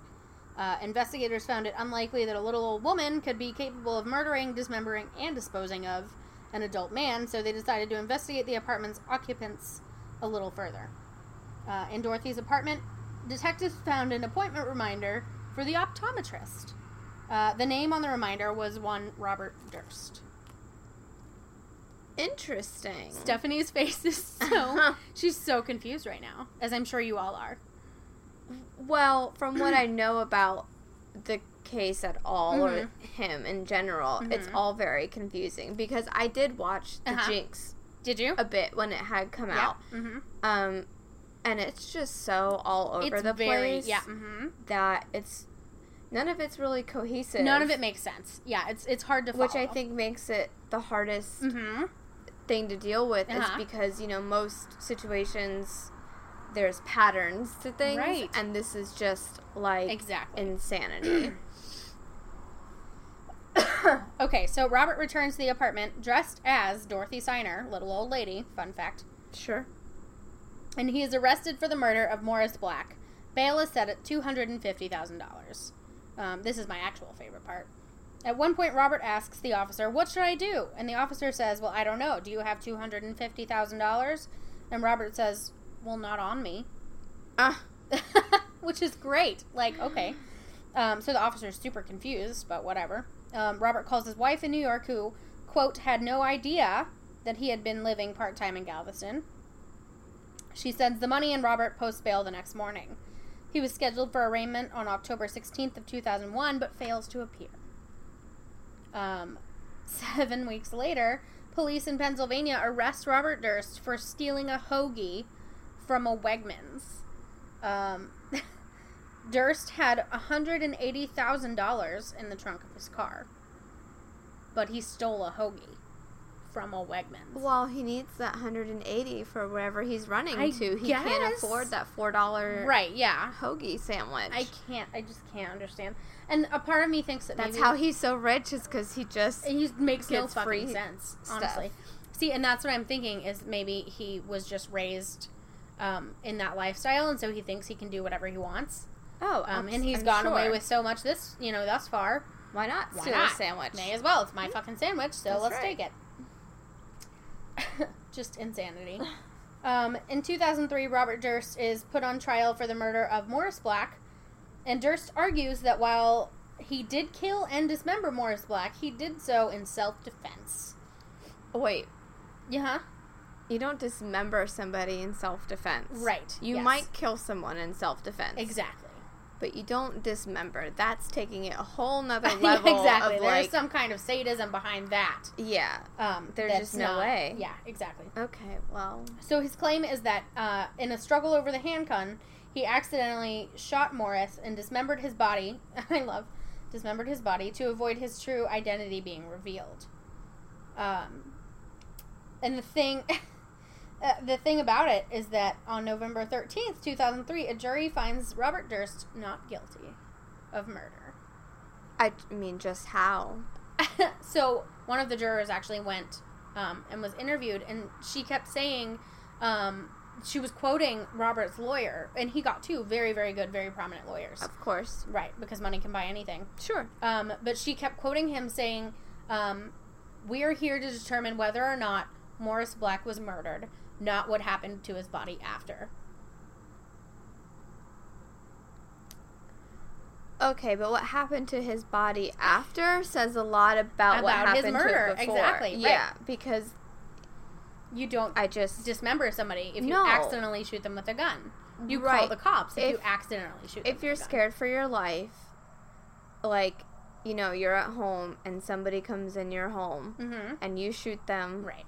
Uh, investigators found it unlikely that a little old woman could be capable of murdering, dismembering, and disposing of an adult man, so they decided to investigate the apartment's occupants a little further. Uh, in Dorothy's apartment, detectives found an appointment reminder for the optometrist. Uh, the name on the reminder was one Robert Durst. Interesting. Stephanie's face is so she's so confused right now, as I'm sure you all are. Well, from what I know about the case at all or Mm-hmm. him in general, it's all very confusing because I did watch The Uh-huh. Jinx Did you? a bit when it had come out. Mm-hmm. Um and it's just so all over It's the very place yeah. Mm-hmm. that it's none of it's really cohesive. None of it makes sense. Yeah, it's it's hard to follow. which I think makes it the hardest Mm-hmm. thing to deal with Uh-huh. is because, you know, most situations there's patterns to things Right. and this is just like Exactly. insanity. Okay, so Robert returns to the apartment dressed as Dorothy Siner, little old lady. Fun fact. sure. and he is arrested for the murder of Morris Black. Bail is set at two hundred and fifty thousand dollars. Um, this is my actual favorite part. At one point, Robert asks the officer, "What should I do?" And the officer says, "Well, I don't know. Do you have two hundred and fifty thousand dollars?" And Robert says, "Well, not on me," Ah. which is great. Like, okay. Um, so the officer is super confused, but whatever. Um, Robert calls his wife in New York, who quote had no idea that he had been living part time in Galveston. She sends the money and Robert posts bail the next morning. He was scheduled for arraignment on October 16th of 2001 but fails to appear. Um, 7 weeks later, police in Pennsylvania arrest Robert Durst for stealing a hoagie from a Wegmans. Um, Durst had $180,000 in the trunk of his car, but he stole a hoagie from a Wegmans. Well, he needs that 180 for wherever he's running I to. He can't guess. afford that four dollar right, yeah. hoagie sandwich. I can't. I just can't understand. And a part of me thinks that That's maybe how he's so rich, is because he just he makes no gets fucking free sense. stuff. Honestly, see, and that's what I'm thinking is maybe he was just raised um, in that lifestyle, and so he thinks he can do whatever he wants. oh, Um, abs- and he's I'm gotten away sure. with so much this, you know, thus far. why not Why steal a not? sandwich? May as well. It's my fucking sandwich, so That's let's right. take it. Just insanity. Um, in 2003, Robert Durst is put on trial for the murder of Morris Black, and Durst argues that while he did kill and dismember Morris Black, he did so in self defense. Oh, Wait, Yeah. you don't dismember somebody in self defense, Right, You yes. might kill someone in self defense, Exactly. But you don't dismember. That's taking it a whole nother level. exactly. There's Of like, some kind of sadism behind that. yeah. Um, There's that's just no not- way. Yeah, exactly. Okay. Well. So his claim is that uh, in a struggle over the handgun, he accidentally shot Morris and dismembered his body. I love dismembered his body to avoid his true identity being revealed. Um, and the thing, uh, the thing about it is that on November thirteenth, two thousand three, a jury finds Robert Durst not guilty of murder. I mean, just how? so one of the jurors actually went um, and was interviewed, and she kept saying um, she was quoting Robert's lawyer, and he got two very, very good, very prominent lawyers. Of course. Right, because money can buy anything. Sure. Um, but she kept quoting him saying, um, We are here to determine whether or not Morris Black was murdered, not what happened to his body after. Okay, but what happened to his body after says a lot about, what About his happened to murder, it before. exactly, right. Yeah, because You don't I just dismember somebody if you No. accidentally shoot them with a gun. You call Right. the cops if, you If- accidentally shoot. them if with you're a gun. scared for your life, like you know, you're at home and somebody comes in your home Mhm. and you shoot them right?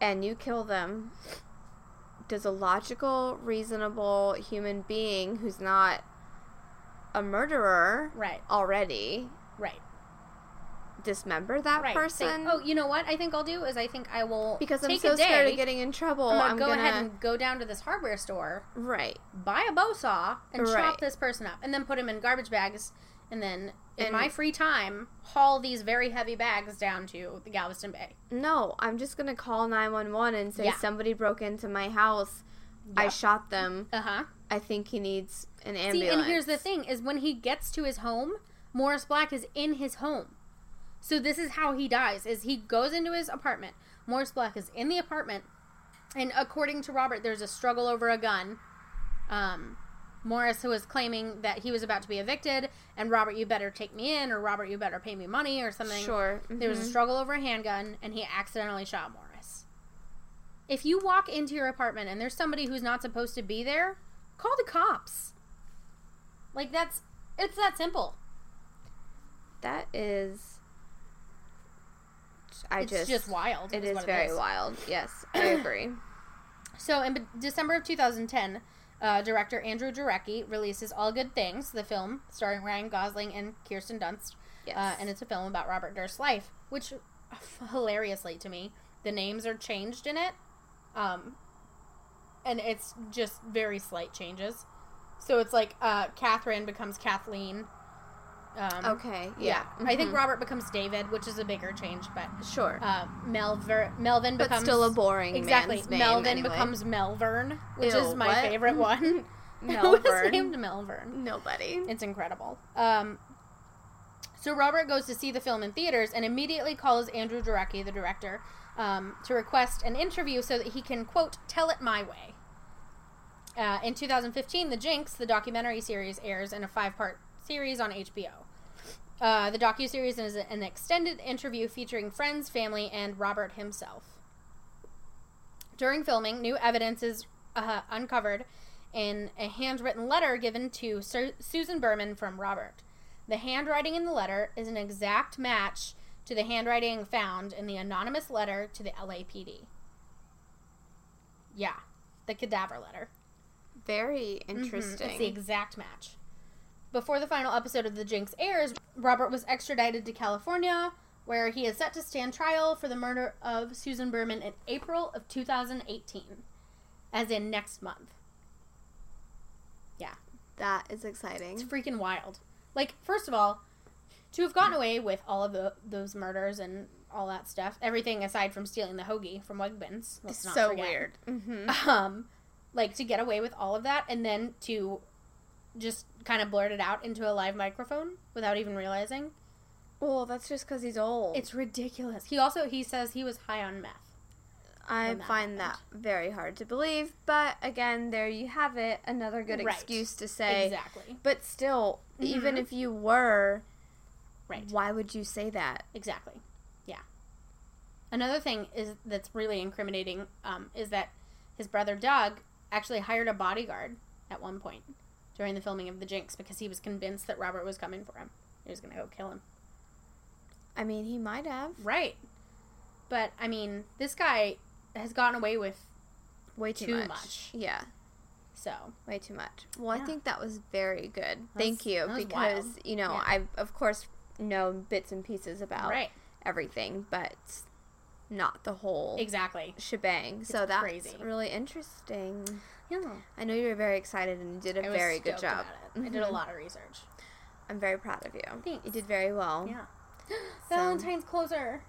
and you kill them. Does a logical, reasonable human being who's not a murderer Right. already Right, dismember that right. person? Say, oh, you know what? I think I'll do is I think I will because I'm take so a day, scared of getting in trouble. I'm gonna I'm go gonna ahead and go down to this hardware store, right. buy a bow saw, and Right. chop this person up, and then put him in garbage bags, and then in And- my free time haul these very heavy bags down to the Galveston Bay. No, I'm just gonna call 911 and say Yeah. somebody broke into my house. I Yep. shot them. Uh huh. I think he needs an See, ambulance. and here's the thing: is when he gets to his home, Morris Black is in his home. So this is how he dies: is he goes into his apartment. Morris Black is in the apartment, and according to Robert, there's a struggle over a gun. Um, Morris, who was claiming that he was about to be evicted, and Robert, you better take me in, or Robert, you better pay me money, or something. Sure. There was a struggle over a handgun, and he accidentally shot Morris. If you walk into your apartment and there's somebody who's not supposed to be there, call the cops. Like that's it's that simple. That is. I it's just. just wild. It is is, what very wild. Yes, I agree. So in December of 2010, uh, director Andrew Jarecki releases All Good Things, the film starring Ryan Gosling and Kirsten Dunst. Yes. Uh, and it's a film about Robert Durst's life, which hilariously to me, the names are changed in it. Um, and it's just very slight changes. So it's like uh, Catherine becomes Kathleen. Um, okay. Yeah. Yeah. Mm-hmm. I think Robert becomes David, which is a bigger change, but Sure. uh, Melver- Melvin but becomes still a boring exactly man's name. Melvin anyway. becomes Melvern, which Ew, is my what? favorite one. Who Melvern. is named Melvern? Nobody. It's incredible. Um, so Robert goes to see the film in theaters and immediately calls Andrew Jarecki, the director, um, to request an interview so that he can quote tell it my way. Uh, in 2015, The Jinx, the documentary series, airs in a five-part series on HBO. Uh, the docuseries is an extended interview featuring friends, family, and Robert himself. During filming, new evidence is uh, uncovered in a handwritten letter given to Su- Susan Berman from Robert. The handwriting in the letter is an exact match to the handwriting found in the anonymous letter to the LAPD. Yeah, the cadaver letter. very Mm-hmm. It's the interesting. exact match. Before the final episode of The Jinx airs, Robert was extradited to California, where he is set to stand trial for the murder of Susan Berman in April of 2018, as in next month. Yeah, that it's is exciting. freaking wild. Like, first of all, to have gotten away with all of the, those murders and all that stuff, everything aside from stealing the hoagie from Wegmans, let's not so forget weird. Mm-hmm. um like to get away with all of that and then to just kind of blurt it out into a live microphone without even realizing Well, that's just because he's old. it's ridiculous he also he says he was high on meth I when that find that very hard to believe, but again, there you have it. Another good Right. excuse to say. exactly But still, even if you were, right why would you say that? exactly yeah another thing is that's really incriminating um, is that his brother doug actually hired a bodyguard at one point during the filming of the jinx because he was convinced that robert was coming for him he was going to go kill him I mean, he might have Right. But I mean, this guy has gotten away with way too, Too much. much. Yeah, so. way too much. Well, Yeah. I think that was very good. Thank you, that was because wild. you know Yeah. I of course know bits and pieces about Right. everything, but not the Oh. whole Exactly. shebang. So that's crazy. really interesting. Yeah. I know you were very excited and you did a I was very good stoked job. about it. I did a lot of research. I'm very proud of you. Thanks. You did very well. Yeah. Valentine's closer.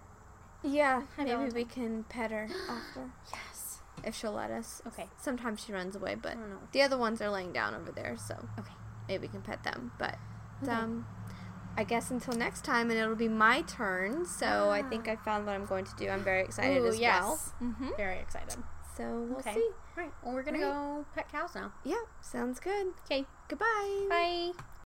Yeah, maybe Valentine. we can pet her after Yes. if she'll let us. Okay. Sometimes she runs away, but don't know. the other ones are laying down over there, so Oh, Okay. maybe we can pet them. But um, I guess until next time, and it'll be my turn. So I think I found what I'm going to do. I'm very excited Ah. Ooh, as yes. well. Mm-hmm. Very excited. So So we'll Okay. see. All right. Well, we're going to go pet cows now. Yeah, sounds good. Okay. Goodbye. Bye.